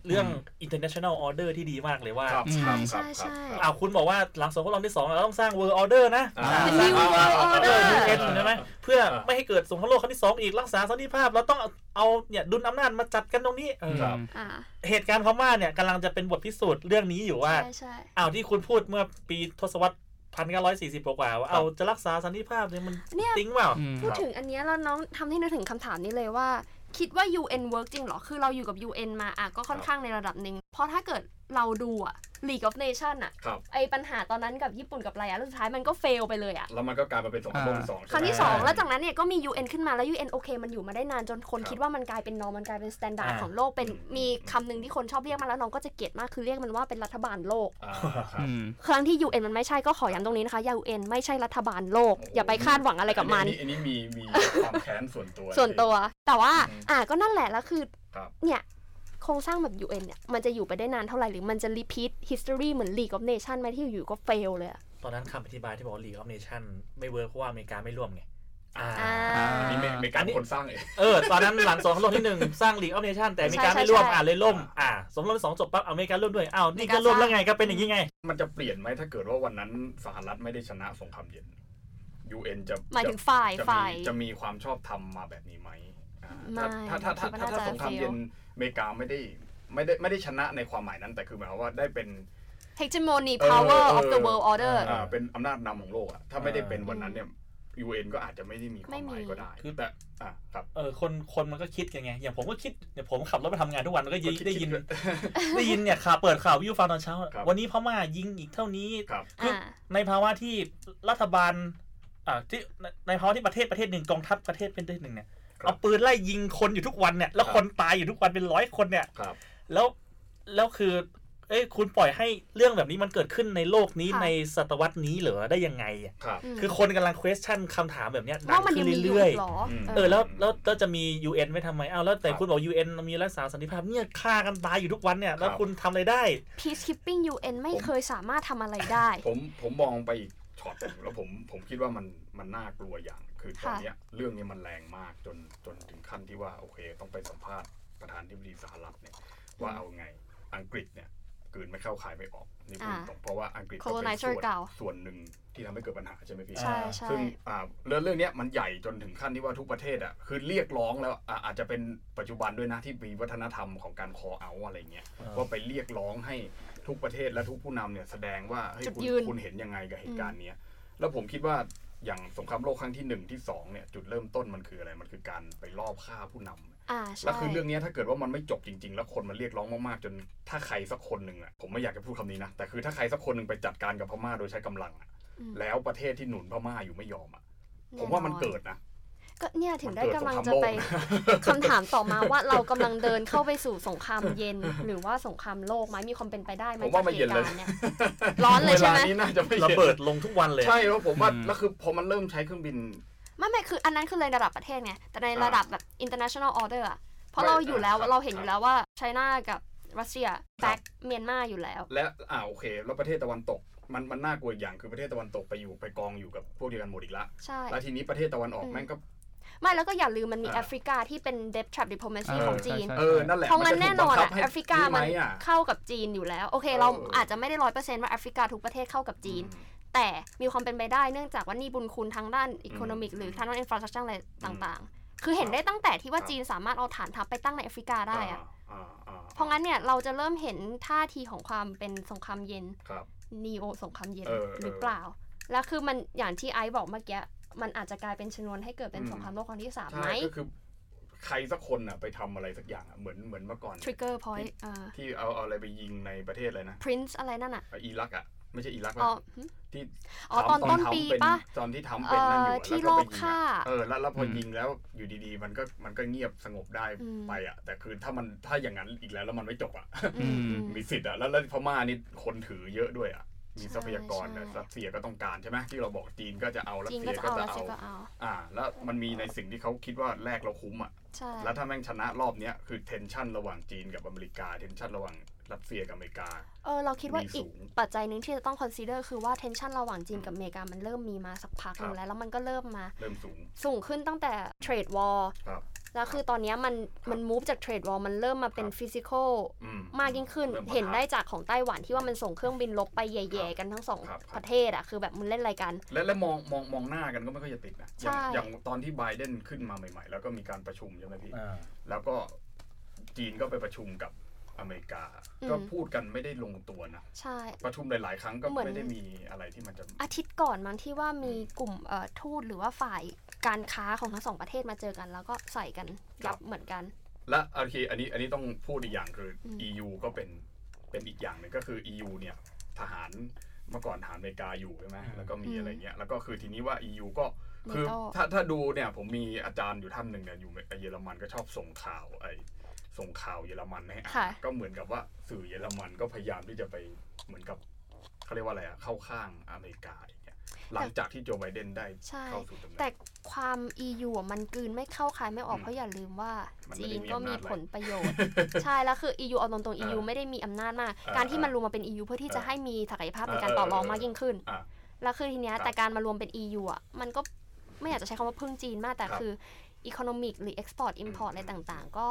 เรื่อง international order ที่ดีมากเลยว่า
ครับ
ใช่
ครับ
ใช่
ครับ
ใช่
ค
อ่า
รับ
คุณบอกว่าหลังสงครามโลกที่สองเราต้องสร้าง world order นะ
อ่า
สร้าง
New World Order
UN ใช่ไหมเพื่อ
ครับ
ไม่ให้เกิดสงครามโลกครั้งที่สองอีกรักษาสันติภาพ เราต้องเอาเอาเนี่ยดุลอำนาจมาจัดกันตรงนี้เออ
ครับ
อ่ะ
เหตุการณ์พม่าเนี่ยกำลังจะเป็นบทพิสูจน์เรื่องนี้อยู่ว่า
ใช่ใช่
อ้าวที่คุณพูดเมื่อปีทศวรรษพันเก้าร้อยสี่สิบกว่าๆว่าเอาจะรักษาสันติภาพเนี่ยมัน
เนี่ย
จริงเปล่า
อืม
พูดถึงอันเนี้ยแล้วน้องทำให้นึกถึงคำถามนี้เลยว่า คิดว่า UN work จริงเหรอ คือเราอยู่กับ UN มาอ่ะก็ค่อนข้างในระดับหนึ่งเพราะถ้าเกิดเราดูอ่ะ League of Nation อ่ะ
ครับ
ไอปัญหาตอนนั้นกับญี่ปุ่นกับอะไรอ่ะแล้วสุดท้ายมันก็เฟลไปเลยอ่ะ
แล้วมันก็กลายมาเป็นสงครามโลกที่สอง
ครั้งที่
ใช่ไหม
2 แล้วจากนั้นเนี่ยก็มี UN ขึ้นมาแล้ว UN โอเค มันอยู่มาได้นานจนคน
ครับ
คิดว่ามันกลายเป็นนอมมันกลายเป็นสแตนดาร์ด
อ่า
ของโลกเป็น
อืม
มีคำหนึ่งที่คนชอบเรียกมันแล้วน้องก็จะเกลียดมากคือเรียกมันว่าเป็นรัฐบาลโลก
อ่าครับ
อืม
ครั้งที่ UN มันไม่ใช่ก็ขอย้ำตรงนี้นะคะ UN ไม่ใช่รัฐบาลโลก
โอ้โห
อย่าไปคาดหวังอะไรกับมัน
อัอันนี้มีมีความแค้นส่วนตัว
ส่วนตัว แต่ว่า
อืม
อ่ะก็นั่นแหละแล้วคือ
ครับ
เนี่ยโครงสร้างแบบ UN เนี่ยมันจะอยู่ไปได้นานเท่าไหร่หรือมันจะรีพีท history เหมือน League of Nation ไหมที่อยู่ๆก็เฟลเลยอะ
ตอนนั้นคำอธิบายที่บอกว่า League of Nation ไม่เวิร์กเพราะว่าอเมริกาไม่ร่วมไงอ่า
อ่า
อันนี้ไม่ไม่กา
อั
ร
นนี้
คนสร้างเอง
เออ ตอนนั้นหลังสงครามโลกที่หนึ่งสร้าง League of Nation แต่อเมริกา
ใช่
ไม่ร่วม
ใช่
อ่าเลยล่ม อ่าสงครามโลกที่สองจบปั๊บอเมริการ่วมด้วยอ้าวนี่ก็ร่วมแล้วไงก็เป็นอย่างนี้ไง
มันจะเปลี่ยนไหมถ้าเกิดว่าวันนั้นสหรัฐไม่ได้ชนะสงครามเย็น UN จะ
หมายถึงฝ่าย
จะจะ
ฝ่า
มี
ย
จะมีความชอบธรรมมาแบบนี้ไหมอ่า
ไม่
ถ้าถ้าถ้า
คิดว่า
ถ้าถ้า
น่าจะ
สงครามเย็น
fail
อเมริกาไม่ได้ไม่ได้ไม่ได้ชนะในความหมายนั้น แต่คือหมายความว่าได้เป็น
hegemony
เออ
power
เออ
of the world order
อ่
อ่าเป็นอำนาจนำของโลกอะถ้าไม่ได้เป็นวันนั้นเนี่ย UN ก็อาจจะไม่ได้มีควา
ไม่
มหมาย
มี
ก็ได้
คือ
แต่อ่ะครับ
เออคนคนมันก็คิดกันไง อย่างผมก็คิดเนี่ยผมขับรถไปทำงานทุกวันมันก็ยิ
ก็คิด
ได้ยิน
คิด
ได้ยินเนี่ยข่าวเปิดข่าววิวฟังตอนเช้า
ครับ
วันนี้พม่ายิงอีกเท่านี้
ครับ
คือ
า
อ่ในภาวะที่รัฐบาลอ่าที่ในในภาวะที่ประเทศประเทศหนึ่งกองทัพประเทศเป็นประเทศหนึ่งเนี่ย
ครับ
เอาปืนไล่ยิงคนอยู่ทุกวันเนี่ยแล้วคนตายอยู่ทุกวันเป็นร้อยคนเนี่ย
ครับ
แล้ว แล้วคือ เอ้ยคุณปล่อยให้เรื่องแบบนี้มันเกิดขึ้นในโลกนี้
ค่ะ
ในศตวรรษนี้เหรอได้ยังไงอะ
ครับ
ม
คือคนกำลัง question คำถามแบบเนี้ยดั
ว่าง มัน
ขึ้
ยังมี
น
อยู่
เรื่อย
อีกเหรอ
อืม
ๆเออแล้วแล้วแล้วจะมี UN ไว้ทำไมอ้าวแล้วแต่
ครับ
คุณบอก UN มีรักษาสันติภาพเนี่ยฆ่ากันตายอยู่ทุกวันเนี่ยแล้ว
ครับ
คุณทำอะไรได้
พีชคิปปิ้งยูเอ็นไม่เคยสามารถทำอะไรได้
ผมผมมองไปอีกช็อตหนึ่งแล้วผมผมคิดว่ามันมันน่ากลัวอย่าง คือตอนเนี้ยเรื่องนี้มันแรงมากจนจนถึงขั้นที่ว่าโอเค ต้องไปสัมภาษณ์ประธานที่บดีสหรัฐเนี่ยว่าเอาไงอังกฤษเนี่ยกลืนไม่เข้าขายไม่ออกนี่พูดตรงเพราะว่าอังกฤษก็เป็น
colonizer
ส่วน
เก่า
ส่วนหนึ่งที่ทำให้เกิดปัญหาใช่ไหมพี่
ใช่
อ่า
ใช่
ซึ่งอ่าเรื่องเรื่องเนี้ยมันใหญ่จนถึงขั้นที่ว่าทุกประเทศอ่ะคือเรียกร้องแล้วอ่ะอาจจะเป็นปัจจุบันด้วยนะที่มีวัฒนธรรมของการคอเอาอะไรเงี้ย
อ่า
ว่าไปเรียกร้องให้ทุกประเทศและทุกผู้นำเนี่ยแสดงว่าเฮ้ย
จุด
คุณ
ยืน
คุณเห็นยังไงกับเหตุการณ์เนี้ยแล้วผมคิดว่าอย่างสงครามโลกครั้งที่หนึ่งที่สองเนี่ยจุดเริ่มต้นมันคืออะไรมันคือการไปลอบฆ่าผู้นำ
าใช่
แล้วคือเรื่องเนี้ยถ้าเกิดว่ามันไม่จบจริง ๆ แล้วคนมันเรียกร้องมากๆจนถ้าใครสักคนหนึ่งอ่ะผมไม่อยากจะพูดคำนี้นะแต่คือถ้าใครสักคนหนึ่งไปจัดการกับพม่าโดยใช้กำลังอะ
อืม
แล้วประเทศที่หนุนพม่าอยู่ไม่ยอมอ่ะผมว่ามันเกิดนะ
ก็เนี่ยถึงได้กำลังจะ
มัน
ไป
เกิดสง
คำ
ครามโลกนะ
ถามต่อมาว่าเรากำลังเดินเข้าไปสู่สงครามเย็น หรือว่าสงครามโลกไหมมีความเป็นไปได้ไหม
ผมว่าไม่เย็นเลย
จากหตุการณ์เนี่ย ร้อนเลยใช่ไหม
วานี้น่าจะไม่
ระ
เย็น
เบิดลงทุกวันเลย
ใช่ว่าผมว่า
อืม
แล้วคือพอมันเริ่มใช้เครื่องบิน
ไม่ไม่คืออันนั้นคือในระดับประเทศไง แต่ในระดับแบบ international order อะเพราะเราอยู่แล้ว
ไม่อ่า
เราเห็นอยู่แล้วว่าไชน่ากับรัสเซีย
ครับ
แบ็กเมียนมาอยู่แล้ว
และอ่าโอเค แล้วประเทศตะวันตก มันมันน่ากลัวอย่างคือประเทศตะวันตกไปอยู่ไปกองอยู่กับพวกเดียวกันหมดอีกละ
ใช่
แล้วทีนี้ประเทศตะวันออกแม่งก็
ไม่แล้วก็อย่าลืมมันมี
อ่า
แอฟริกาที่เป็น debt trap diplomacy
เออ
ของจีน
ใช่ใช่
เออนั่นแหละ
เพราะงั้นแน่นอน
มัจะ
อะ
ถูบังคับให้
แอฟริกามัน
ไหอะ
เข้ากับจีนอยู่แล้ว โอเค เรา
เอออ
อาจจะไม่ได้ร้อยเปอร์เซ็นต์ว่าแอฟริกาทุกประเทศเข้ากับจีน
อืม
แต่มีความเป็นไปได้เนื่องจากว่านี่บุญคุณทางด้านอีโคโนมิก
อืม
หรือทางด้านอินฟราสตรักเจอร์อะไรต่างๆ คือเห็นได้ตั้งแต่ที่ว่า
ครับ
จีนสามารถเอาฐานทัพไปตั้งในแอฟริกาได้อะ
อ่าอ่อ่
เพราะงั้นเนี่ยเราจะเริ่มเห็นท่าทีของความเป็นสงครามเย็น
ครับ
นีโอสงครามเย็น
เออเออ
หรือเปล่า แล้วคือมันอย่างที่ไอซ์บอกเมื่อกี้มันอาจจะกลายเป็นชนวนให้เกิดเป็น
อืม
สงครามโลกครั้งที่สาม
ใช่
ไหม
ก็คือ ใครสักคนอ่ะไปทำอะไรสักอย่างอ่ะเหมือนเหมือนเมื่อก่อน
ทริกเกอร์พอยต์
ที่เอาเอาอะไรไปยิงในประเทศเลยนะ
พรินซ์อะไรนั่นอ่ะ
เอาอิรักอ่ะไม่ใช่อิรัก
อ๋
ป่ะ
อ
ที่
อ๋อตอน
ทำ
ต้น
ทำ
ปี
เป็น
ปะ
ตอนที่ทำเป็นนั่นอยู่
เอ่อ
อะ
ที่
แล้วก็ไป
รอบ
ยิง
ฆ่า
อ่ะเออแล้วแล้วพออ
ม
ยิงแล้วอยู่ดีๆ มันก็มันก็เงียบสงบได้
อืม
ไปอ่ะ แต่คือถ้ามันถ้าอย่างนั้นอีกแล้วแล้วมันไม่จบอ่ะ
อืมอืม
มีสิทธิ์อ่ะแล้วแล้วพม่านี่คนถือเยอะด้วยอ่ะมี
ใช่
ทรัพยากรอะ
ใช่
รัสเซียก็ต้องการใช่ไหมที่เราบอกจีนก็จะเอารัส
จีน
เซี
ก็
ย
จะ
ก็
เอา
จะ
รัส
เอา
เซียก็เอา
อ่า แล้วมันมีในสิ่งที่เขาคิดว่าแรกเราคุ้มอ่ะ
ใช่
แล้วถ้าแม่งชนะรอบเนี้ยคือเทนชันระหว่างจีนกับอเมริกาเทนชันระหว่างรัสเซียกับอเมริกา
เออเราคิดว่าอีก
มีสูง
ปัจจัยหนึ่งที่จะต้อง consider คือว่า tension ระหว่างจีนกับอเมริกา มันเริ่มมีมาสักพักหนึ
ครั
ง
บ
แล้ว แล้วมันก็เริ่มมา
เริ่มสูง
สูงขึ้นตั้งแต่ trade war
ครับ
แล้วคือตอนเนี้ยมันมัน move จาก trade war มันเริ่มมาเป็น
ครับ
physical
อื
มากยิ่งขึ้น
ริ่มปะทะ
เห็นได้จากของไต้หวันที่ว่ามันส่งเครื่องบินลบไปแย่
ครับ
ๆกันทั้งสอง
ครับ
ประเทศอะคือแบบมึงเล่นอะไรกัน
และและมองมองมองหน้ากันก็ไม่ค่อยจะติดนะอย่าง
ใช่
อย่างตอนที่ไบเดนขึ้นมาใหม่ ๆ แล้วก็มีการประชุมใช่ไหมพี่
อ่า
แล้วก็จีนก็ไปประชุมกับอเมริกา
อืม
ก็พูดกันไม่ได้ลงตัวนะ
ใช่
ประชุมหลาย ๆ ครั้งก็
เหมือน
ไม่ได้มีอะไรที่มันจะ
อาทิตย์ก่อนมั้งที่ว่ามีกลุ่มเอ่อทูตหรือว่าฝ่ายการค้าของทั้งสองประเทศมาเจอกัน แล้วก็ใส่กันยับเหมือนกัน
และโอเคอันนี้อันนี้ต้องพูดอีกอย่างคืออ
ม
EU ก็เป็นเป็นอีกอย่างหนึ่งก็คือ EU เนี่ยทหารเมื่อก่อนทหารอเมริกาอยู่ใช่ไหม
อืม
แล้วก็มี
อืม
อะไรเงี้ยแล้วก็คือทีนี้ว่า EU ก็คือ
NATO
ถ้าถ้าดูเนี่ยผมมีอาจารย์อยู่ท่านหนึ่งเนี่ยอยู่เยอรมันก็ชอบส่งข่าวไอ้ส่งข่าวเยอรมันให้อ่า
ค่ะ
นก็เหมือนกับว่าสื่อเยอรมันก็พยายามที่จะไปเหมือนกับเขาเรียกว่าอะไรอะเข้าข้างอเมริกาอย่างเงี้ยหลังจากที่โจไบเดนได้
ใช่
เข้าสู่ตำแหน่
แต่
ง
ความ EU อะมันกลืนไม่เข้าคายไม่ออก
อืม
เพราะอย่าลืมว่า
มันไม่
จี
ได้
น
มี
ก็
อำนา
มี
จอะไร
ผลประโยชน์ ใช่แล้วคือ EU เอาตรงๆ EU
เออ
ไม่ได้มีอำนาจมาก
เออ
การที่มันรวมมาเป็น EU เพื่อที่จะ
เออ
ให้มีศักยภาพใน
เออ
การต่อรอง
เออ
มากยิ่งขึ้น
อ่ะ
แล้วคือทีเนี้ย
ครับ
แต่การมารวมเป็น EU อ่ะมันก็ไม่อยากจะใช้คำว่าพึ่งจีนมากแต่
ครับ
คืออีโคโนมิกหรือ Export Import
อืม
อะไรต่างๆ ก็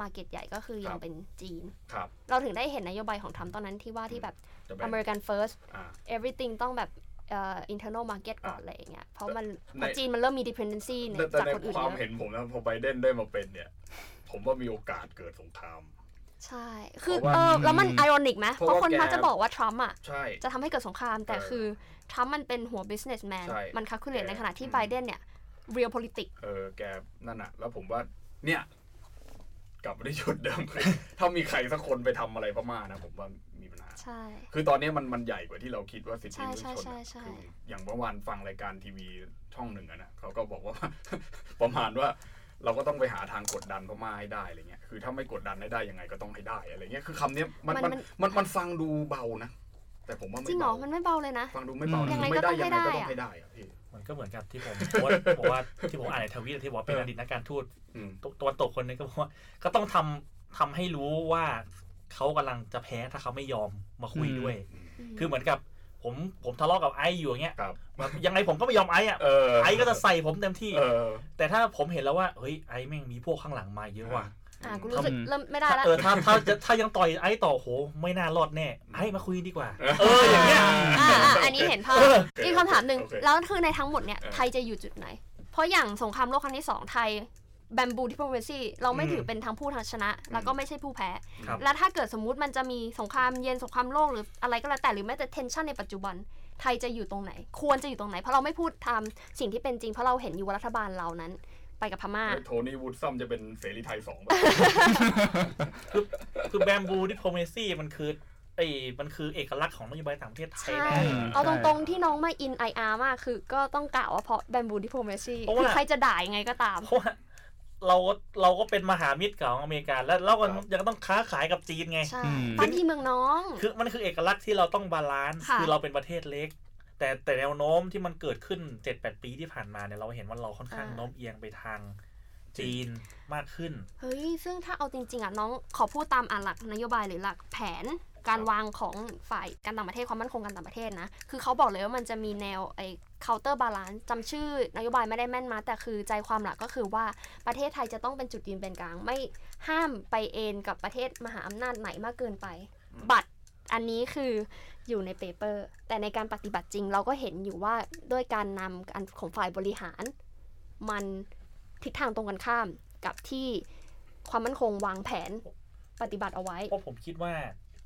มาเก็ตใหญ่ก็คือยั
ครั
ง
บ
เป็นจีน
ครับ
เราถึงได้เห็นนโยบายของทรัมป์ตอนนั้นที่ว่าที่แบบ
โจไบเดน
American First
อ่า
everything ต้องแบบเอ่อ internal market ก่อนอะไรอย่างเงี้ย เพราะมันเพ
ใน
ราะจีนมันเริ่มมี dependency ใน
แต่แต่
จาก
ใน
คนอื่น
ความ
เยอะ
เห็นผมนะพอไบเดนได้มาเป็นเนี่ย ผมว่ามีโอกาสเกิดสงคราม
ใช่ คือ
เพราะว่า
เออแล้วมันไอรอนิกไหม
เพ
เพ
ราะ
ราะ
ว่า
คน
แก
มักจะบอกว่าทรัมป์อ่ะ
ใช่
จะทำให้เกิดสงคราม แต่
เออ
คือทรัมป์มันเป็นหัว businessman
ใช่
มันคัลคูลเลต
แก
ในขณะที่
อืม
ไบเดนเนี่ย real politics
เออแกนั่นน่ะ แล้วผมว่าเนี่ย กลับมาที่จุดเดิม คือ ถ้ามีใครสักคนไปทำอะไรพม่านะ ผมว่ามีปัญหา
ใช่
คือตอนนี้มันมันใหญ่กว่าที่เราคิดว่าสิทธิ
ใช่
มนุษยชน
ใช่
อะ
ใช่ใช่
คืออย่างเมื่อวานฟังรายการทีวีช่องหนึ่งอะนะเขาก็บอกว่า ประมาณว่า เราก็ต้องไปหาทางกดดันพม่าให้ได้อะไรเงี้ยคือถ้าไม่กดดันให้ได้ยังไงก็ต้องให้ได้อะไรเงี้ยคือคำเนี้ยมัน
มั
มัน
น
มันมันฟังดูเบานะ แต่ผมว่า
จริ
ไม่
งเหรอ
เบา
มันไม่เบาเลยนะ
ฟังดูไม่เบา
อืม
คือไม่ได้
ยั
ยัง
ง
ไง
ไงก็ต้
ก็ต้อ
อง งให้
ให้
ได้
ได้
อะ
อะพี่
มันก็เหมือนกับที่ผมโพสต์บอกว่าที่ผมอ่านในทวิตที่บอกว่าเป็นอดีตนักการทูต
อืม
ตัวตกคนหนึงก็บอกว่า ก็ต้องทำทำให้รู้ว่าเขากำลังจะแพ้ถ้าเขาไม่ยอมมาคุยด้วย คือเหมือนกับผมผมทะเลาะกับไอ้อยู่อย่างเงี้ย
ครับ
แบบยังไงผมก็ไม่ยอมไอ้อะ
เออ
ไอ้ก็จะใส่ผมเต็มที่
เออ
แต่ถ้าผมเห็นแล้วว่าเฮ้ยไอ้แม่งมีพวกข้างหลังมาเยอะว่ะ
อ่ากูรู้สึกเริ่มไม่ได้
ถ้า
ละ
เออถ้าถ้าจะถ้ายังต่อยไอ้ต่อโหไม่น่ารอดแน่ไอ้มาคุยดีกว่า
เออ
เอออย่างเงี้ย
อ่าอ่าอันนี้เห็นภาพ
เออ
อีกคำถามหนึ่ง
โอเค
แล้วคือในทั้งหมดเนี่ย
เออ
ไทยจะอยู่จุดไหน เพราะอย่างสงครามโลกครั้งที่สองไทยแบมบูดิปโ o เ a ซีเราไม่ถือเป็นทั้งผู้ชนะ แล้วก็ไม่ใช่ผู้แพ้
ครับ
แล้วถ้าเกิดสมมุติมันจะมีสงครามเย็นสงครามโลกหรืออะไรก็แล้วแต่หรือแม้แต่เทนชันในปัจจุบันไทยจะอยู่ตรงไหน ควรจะอยู่ตรงไหน เพราะเราไม่พูดตามสิ่งที่เป็นจริงเพราะเราเห็นอยู่ว่ารัฐบาลเรานั้น ไปกับพม่า
โทนี่วูดซัมจะเป็นเสรีไทยสอง ป่ะ
คือแบมบูดิโพเมซี่มันคือไอ้มันคือเอกลักษณ์ของนโยบายต่างประเทศไทย
ใช่
นะ
เอาตรงๆที่น้องมาอิน IR มากคือก็ต้องกล่าวว่าเพราะแบมบูดิโพเมซี
เพราะ
คือ
ว่า
ใครจะด่ายังไงก็ตาม
เพราะว่าเราเราก็เป็นมหามิตรของอเมริกา แล้วเราก็
ครับ
ยังต้องค้าขายกับจีนไง
ใช่
อืม
บ้านที่เมืองน้อง
คือมันคือเอกลักษณ์ที่เราต้องบาลานซ์
ค่ะ
คือเราเป็นประเทศเล็ก แต่แต่แนวโน้มที่มันเกิดขึ้น 7-8 ปีที่ผ่านมาเนี่ยเราเห็นว่าเราค่อนข้างโน้มเอียงไปทางจีนมากขึ้น
เฮ้ย ซึ่งถ้าเอาจริง ๆ อ่ะ น้องขอพูดตามอ่านหลักนโยบายหรือหลักแผนการวางของฝ่ายการต่างประเทศความมั่นคงการต่างประเทศนะ คือเขาบอกเลยว่ามันจะมีแนวไอ้ counter balance จำชื่อนโยบายไม่ได้แม่นมา แต่คือใจความหลักก็คือว่าประเทศไทยจะต้องเป็นจุดยืนเป็นกลาง ไม่ห้ามไปเอนกับประเทศมหาอำนาจไหนมากเกินไป บัตรอันนี้คืออยู่ในเปเปอร์ แต่ในการปฏิบัติจริงเราก็เห็นอยู่ว่าด้วยการนำการของฝ่ายบริหาร มันทิศทางตรงกันข้ามกับที่ความมั่นคงวางแผนปฏิบัติเอาไว้
เพราะผมคิดว่า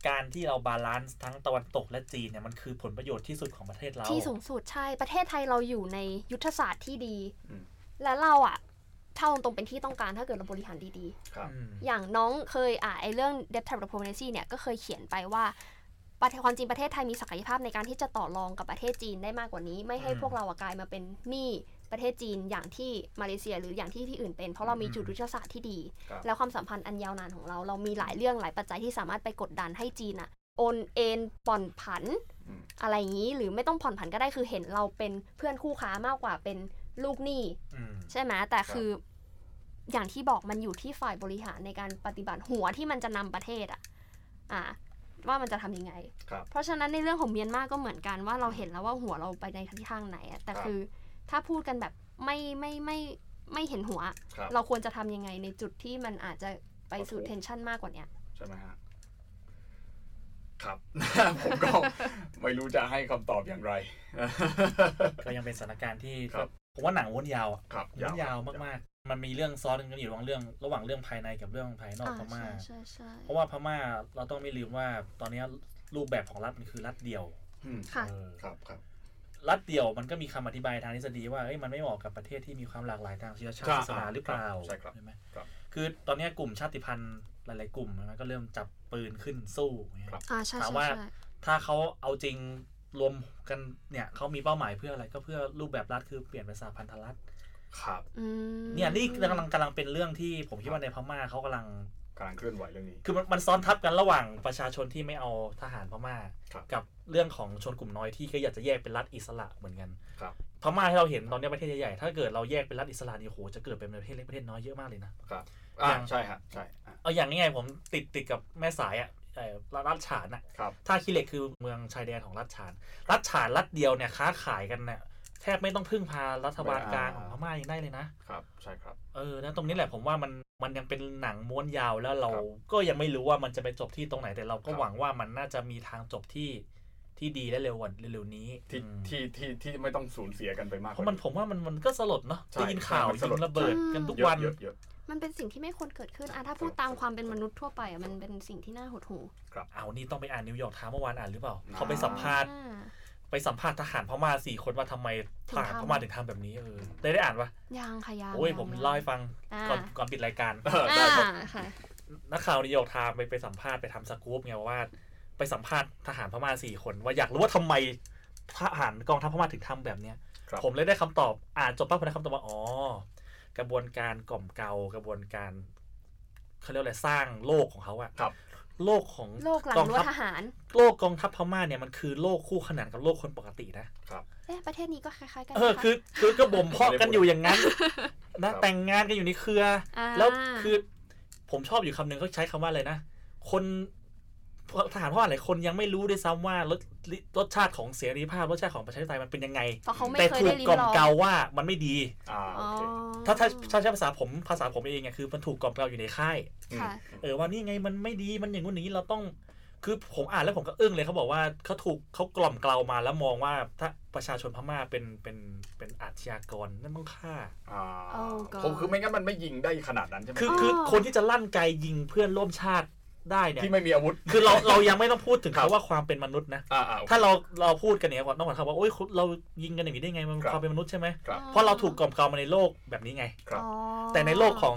การที่เราบาลานซ์ทั้งตะวันตกและจีนเนี่ยมันคือผลประโยชน์ที่สุดของประเทศเรา
ที่สูงสุดใช่ประเทศไทยเราอยู่ในยุทธศาสตร์ที่ดี
อืม
และเราอะถ้าเอาตรงๆเป็นที่ต้องการถ้าเกิดเราบริหารดี
ครับ
อืม
ๆ อย่างน้องเคยอ่านไอ้เรื่อง debt trap diplomacy เนี่ยก็เคยเขียนไปว่าประเทศความจริงประเทศไทยมีศักยภาพในการที่จะต่อรองกับประเทศจีนได้มากกว่านี้ ไม่ให้พวกเราอะกลายมาเป็นหนี้ประเทศจีนอย่างที่มาเลเซียหรืออย่างที่ที่อื่นเป็น เพราะเรามีจุดยุทธศาสตร์ที่ดี
ครับ
แล้วความสัมพันธ์อันยาวนานของเราเรามีหลายเรื่องหลายปัจจัยที่สามารถไปกดดันให้จีนอะโอนเอ็นผ่อนผัน
อืม
อะไรอย่างนี้หรือไม่ต้องผ่อนผันก็ได้คือเห็นเราเป็นเพื่อนคู่ค้ามากกว่าเป็นลูกหนี้
อืม
ใช่ไหมแต่คืออย่างที่บอกมันอยู่ที่ฝ่ายบริหารในการปฏิบัติหัวที่มันจะนำประเทศอะอ่ะว่ามันจะทำยังไง
ครับ
เพราะฉะนั้นในเรื่องของเมียนมาก็เหมือนกันว่าเราเห็นแล้วว่าหัวเราไปในทิศทางไหนอะแต่
ครับ
คือถ้าพูดกันแบบไม่ไม่ไม่ไม่เห็นหัว
ครับ
เราควรจะทำยังไงในจุดที่มันอาจจะไปสู่
โอเค
เทนชันมากกว่าเนี้ย
ใช่ไหมฮะ ครับ ผมก็ไม่รู้จะให้คำตอบอย่างไร
ก็ยังเป็นสถานการณ์ที่
ครับ
ผมว่าหนังม้วนยาวอะ
ครับ
ม้วนยาวมากๆ มันมีเรื่องซ้อนกันอยู่ระหว่างเรื่อง ระหว่างเรื่องภายในกับเรื่องภายนอกพม่า
ใช่ใช่ใช่
เพราะว่าพม่าเราต้องไม่ลืมว่าตอนนี้รูปแบบของรัฐมันคือรัฐเดียว
อืม
ค่ะ
เออ
ครับครับ
รัฐเดียวมันก็มีคำอธิบายทางทฤษฎีว่าเอ้ยมันไม่เหมาะกับประเทศที่มีความหลากหลายทางเชื้อชาติ
ครับ
ศาสนาหรือเปล่า
ใช่ครับ
ไหม
ครับ
คือตอนนี้กลุ่มชาติพันธุ์หลาย ๆ กลุ่มมันก็เริ่มจับปืนขึ้นสู้อย่างเงี้ย
อ่าใช่
ถาม
ใช่
ว่า
ใช่
ถ้าเขาเอาจริงรวมกันเนี่ยเขามีเป้าหมายเพื่ออะไรก็เพื่อรูปแบบรัฐคือเปลี่ยนเป็นสหพันธรัฐ
ครับ
อืม
เนี่ยนี่กำลังกำลังเป็นเรื่องที่ผมคิดว่าในพม่าเขากำลัง
กำลังเคลื่อนไหวเรื่องนี้
คือมันมันซ้อนทับกันระหว่างประชาชนที่ไม่เอาทหารพม่า
ครับ
กับเรื่องของชนกลุ่มน้อยที่ก็อยากจะแยกเป็นรัฐอิสระเหมือนกัน
ครับ
พม่าที่เราเห็นตอนนี้ประเทศใหญ่ๆถ้าเกิดเราแยกเป็นรัฐอิสระนี่โหจะเกิดเป็นประเทศเล็กประเทศน้อยเยอะมากเลยนะ
อ่า
อย่าง
ใช่ฮะใช่อ่ะ
เอาอย่างง่ายๆผมติดติดกับแม่สายอะเอ่อรัฐฉานอะ
ครับ
ท่าขี้เหล็กคือเมืองชายแดนของรัฐฉาน รัฐฉานรัฐเดียวเนี่ยค้าขายกันเนี่ยแทบไม่ต้องพึ่งพารัฐบาลกลางของพม่ายังได้เลยนะ
ครับ ใช่ครับ
เออนะตรงนี้แหละผมว่ามันมันยังเป็นหนังม้วนยาวแล้วเรา
ครับ
ก็ยังไม่รู้ว่ามันจะไปจบที่ตรงไหนแต่เราก็
ครับ
หวังว่ามันน่าจะมีทางจบที่ที่ดีและเร็ววันเร็วๆนี้
ที่
อืม
ที่ที่ที่ไม่ต้องสูญเสียกันไปมาก
เพราะมัน
กว่
ผมว่ามันมันก็สลดเนาะ
ใช่
ได้ยินข่าว
มันส
ยิ
ลด
งระเบิด
อืม
กันทุก
เยอะ
วัน
เยอะเยอะ
มันเป็นสิ่งที่ไม่ควรเกิดขึ้นอ่ะถ้าพูดตามความเป็นมนุษย์ทั่วไปอ่ะมันเป็นสิ่งที่น่าหดหู่
เอานี่ต้องไปอ่านนิวยอร์กไทม์เมื่อวานอ่านหรือเปล่าเขาไปสัมภาษณ์
อ่
ไปสัมภาษณ์ทหารพม่าสี่คนว่าทำไมทหาร
ถึงทำ
พม่าถึงทำแบบนี้เออได้ได้อ่านปะ
ยังค่ะยัง
โอ้ย
ง
ผม
ยัง
เล่าให้ฟัง
อ่า
ก่อนก่อนปิดรายการ
เออ
อ่
ได้ครับ
าค่ะ
นักข่าวนิวยอร์กไทม์ไปไปสัมภาษณ์ไปทำสกู๊ปไงว่า ไปสัมภาษณ์ทหารพม่าสี่คน ว่าอยากรู้ว่าทำไมทหารกองทัพพม่าถึงทำแบบเนี้ย
ครับ
ผมเลยได้คำตอบอ่านจบปั๊บผมได้คำตอบว่าอ๋อ กระบวนการกล่อมเกลากระบวนการเขาเรียกอะไรสร้างโลกของเขาอะ
ครับ
โลกของ
โลกหลัง
กอง
รั้ว
ทัพ
ทหาร
โลกกองทัพพม่าเนี่ยมันคือโลกคู่ขนานกับโลกคนปกตินะ
เอ๊ะประเทศนี้ก็คล้ายๆกัน
เออ
นะะ
คือคือก็บ่มเพาะกันอยู่อย่างนั้น
ครั
นะ
บ
แต่งงานกันอยู่ในเครือ
า
แล้วคือผมชอบอยู่คำหนึ่งเขาใช้คำว่าอะไรนะ คนทหารเพราะอะไรคนยังไม่รู้ด้วยซ้ำว่ารสรสชาติของเสรีภาพรสชาติของประชาธิปไตยมันเป็นยังไง
เพราะเขาไม่
แต่
เคย
ถู
ได้
ก
ลิ้ม
กล่อม
ลอง
เกลาว่ามันไม่ดี
อ่าโอ
อ๋อ
เค
ถ้าถ้าถ้าใช้ภาษาผมภาษาผมเองเนี่ยคือมันถูกกล่อมเกลาอยู่ในค่าย
อืม
ค่ะ
เออว่านี่ไงมันไม่ดีมันอย่างงู้นอย่างนี้เราต้อง คือผมอ่านแล้วผมก็อึ้งเลยเขาบอกว่าเขาถูกเขากล่อมเกลามาแล้วมองว่าถ้าประชาชนพม่าเป็นเป็นเป็นอาชญากรนั่นต้องฆ่า
อ่า
โอ้ God
ผมคือไม่งั้นมันไม่ยิงได้ขนาดนั้นใช่ไหม
คือ
อ๋อ
คือคนที่จะลั่นไกยิงเพื่อนร่วมชาติได้เนี่ย
ที่ไม่มีอาวุธ
คือเราเรายังไม่ต้องพูดถึง
ครับ
คำว่าความเป็นมนุษย์นะ
อ่าอ่าโอเค
ถ้าเราเราพูดกันเนี่ยว่าน้องขวัญเขาว่าโอ้ยคุณเรายิงกันอย่างนี้ได้ไงมัน
ครับ
ความเป็นมนุษย์ใช่ไหม
ครับ
เพราะเราถูกกล่อมเกลามาในโลกแบบนี้ไง
ครับ
อ๋อ
แต่ในโลกของ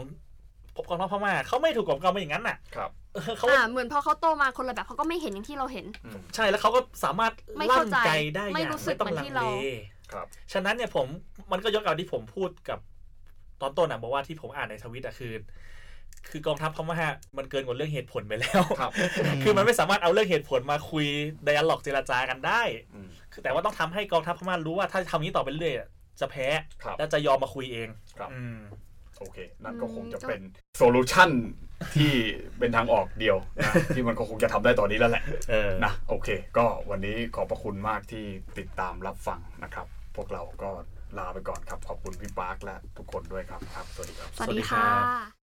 กองทัพพม่าเขาไม่ถูกกล่อมเกลามาอย่างนั้นน่ะ
ครับ
เออเขา
อ่าเหมือนพอเขาโตมาคนละแบบเขาก็ไม่เห็นอย่างที่เราเห็น
อืม
ใช่แล้วเขาก็สามารถ
ไม่
ลั่
เข้าน ใจ
ไกได้อย่าง
ไม่รู้สึก
ไม่
เหมือน
ต้องลัง
ที่
เล
เรา
ครับ
ฉะนั้นเนี่ยผมมันก็ยกเอาที่ผมพูดกับตอนต้นนะบอกว่าที่ผมอ่านในทวิตอะคือ คือกองทัพพม่ามันเกินกว่าเรื่องเหตุผลไปแล้ว
ครับ
คือมันไม่สามารถเอาเรื่องเหตุผลมาคุยไดอะล็อกเจรจากันได้
อืม
คือแต่ว่าต้องทำให้กองทัพพม่ารู้ว่าถ้าทำอย่างนี้ต่อไปเรื่อยอะจะแพ้
ครับ
แล้วจะยอมมาคุยเอง
ครับ
อืม
โอเค นั่นก็
อืม
คงจะเป็นโซลูชันที่เป็นทางออกเดียวนะที่มันก็คงจะทำได้ตอนนี้แล้วแหละ
เออ
นะโอเค ก็วันนี้ขอบพระคุณมากที่ติดตามรับฟังนะครับ พวกเราก็ลาไปก่อนครับ ขอบคุณพี่ปาร์คและทุกคนด้วยครับครับ สวัสดีครับ
สวัสดีค่ะ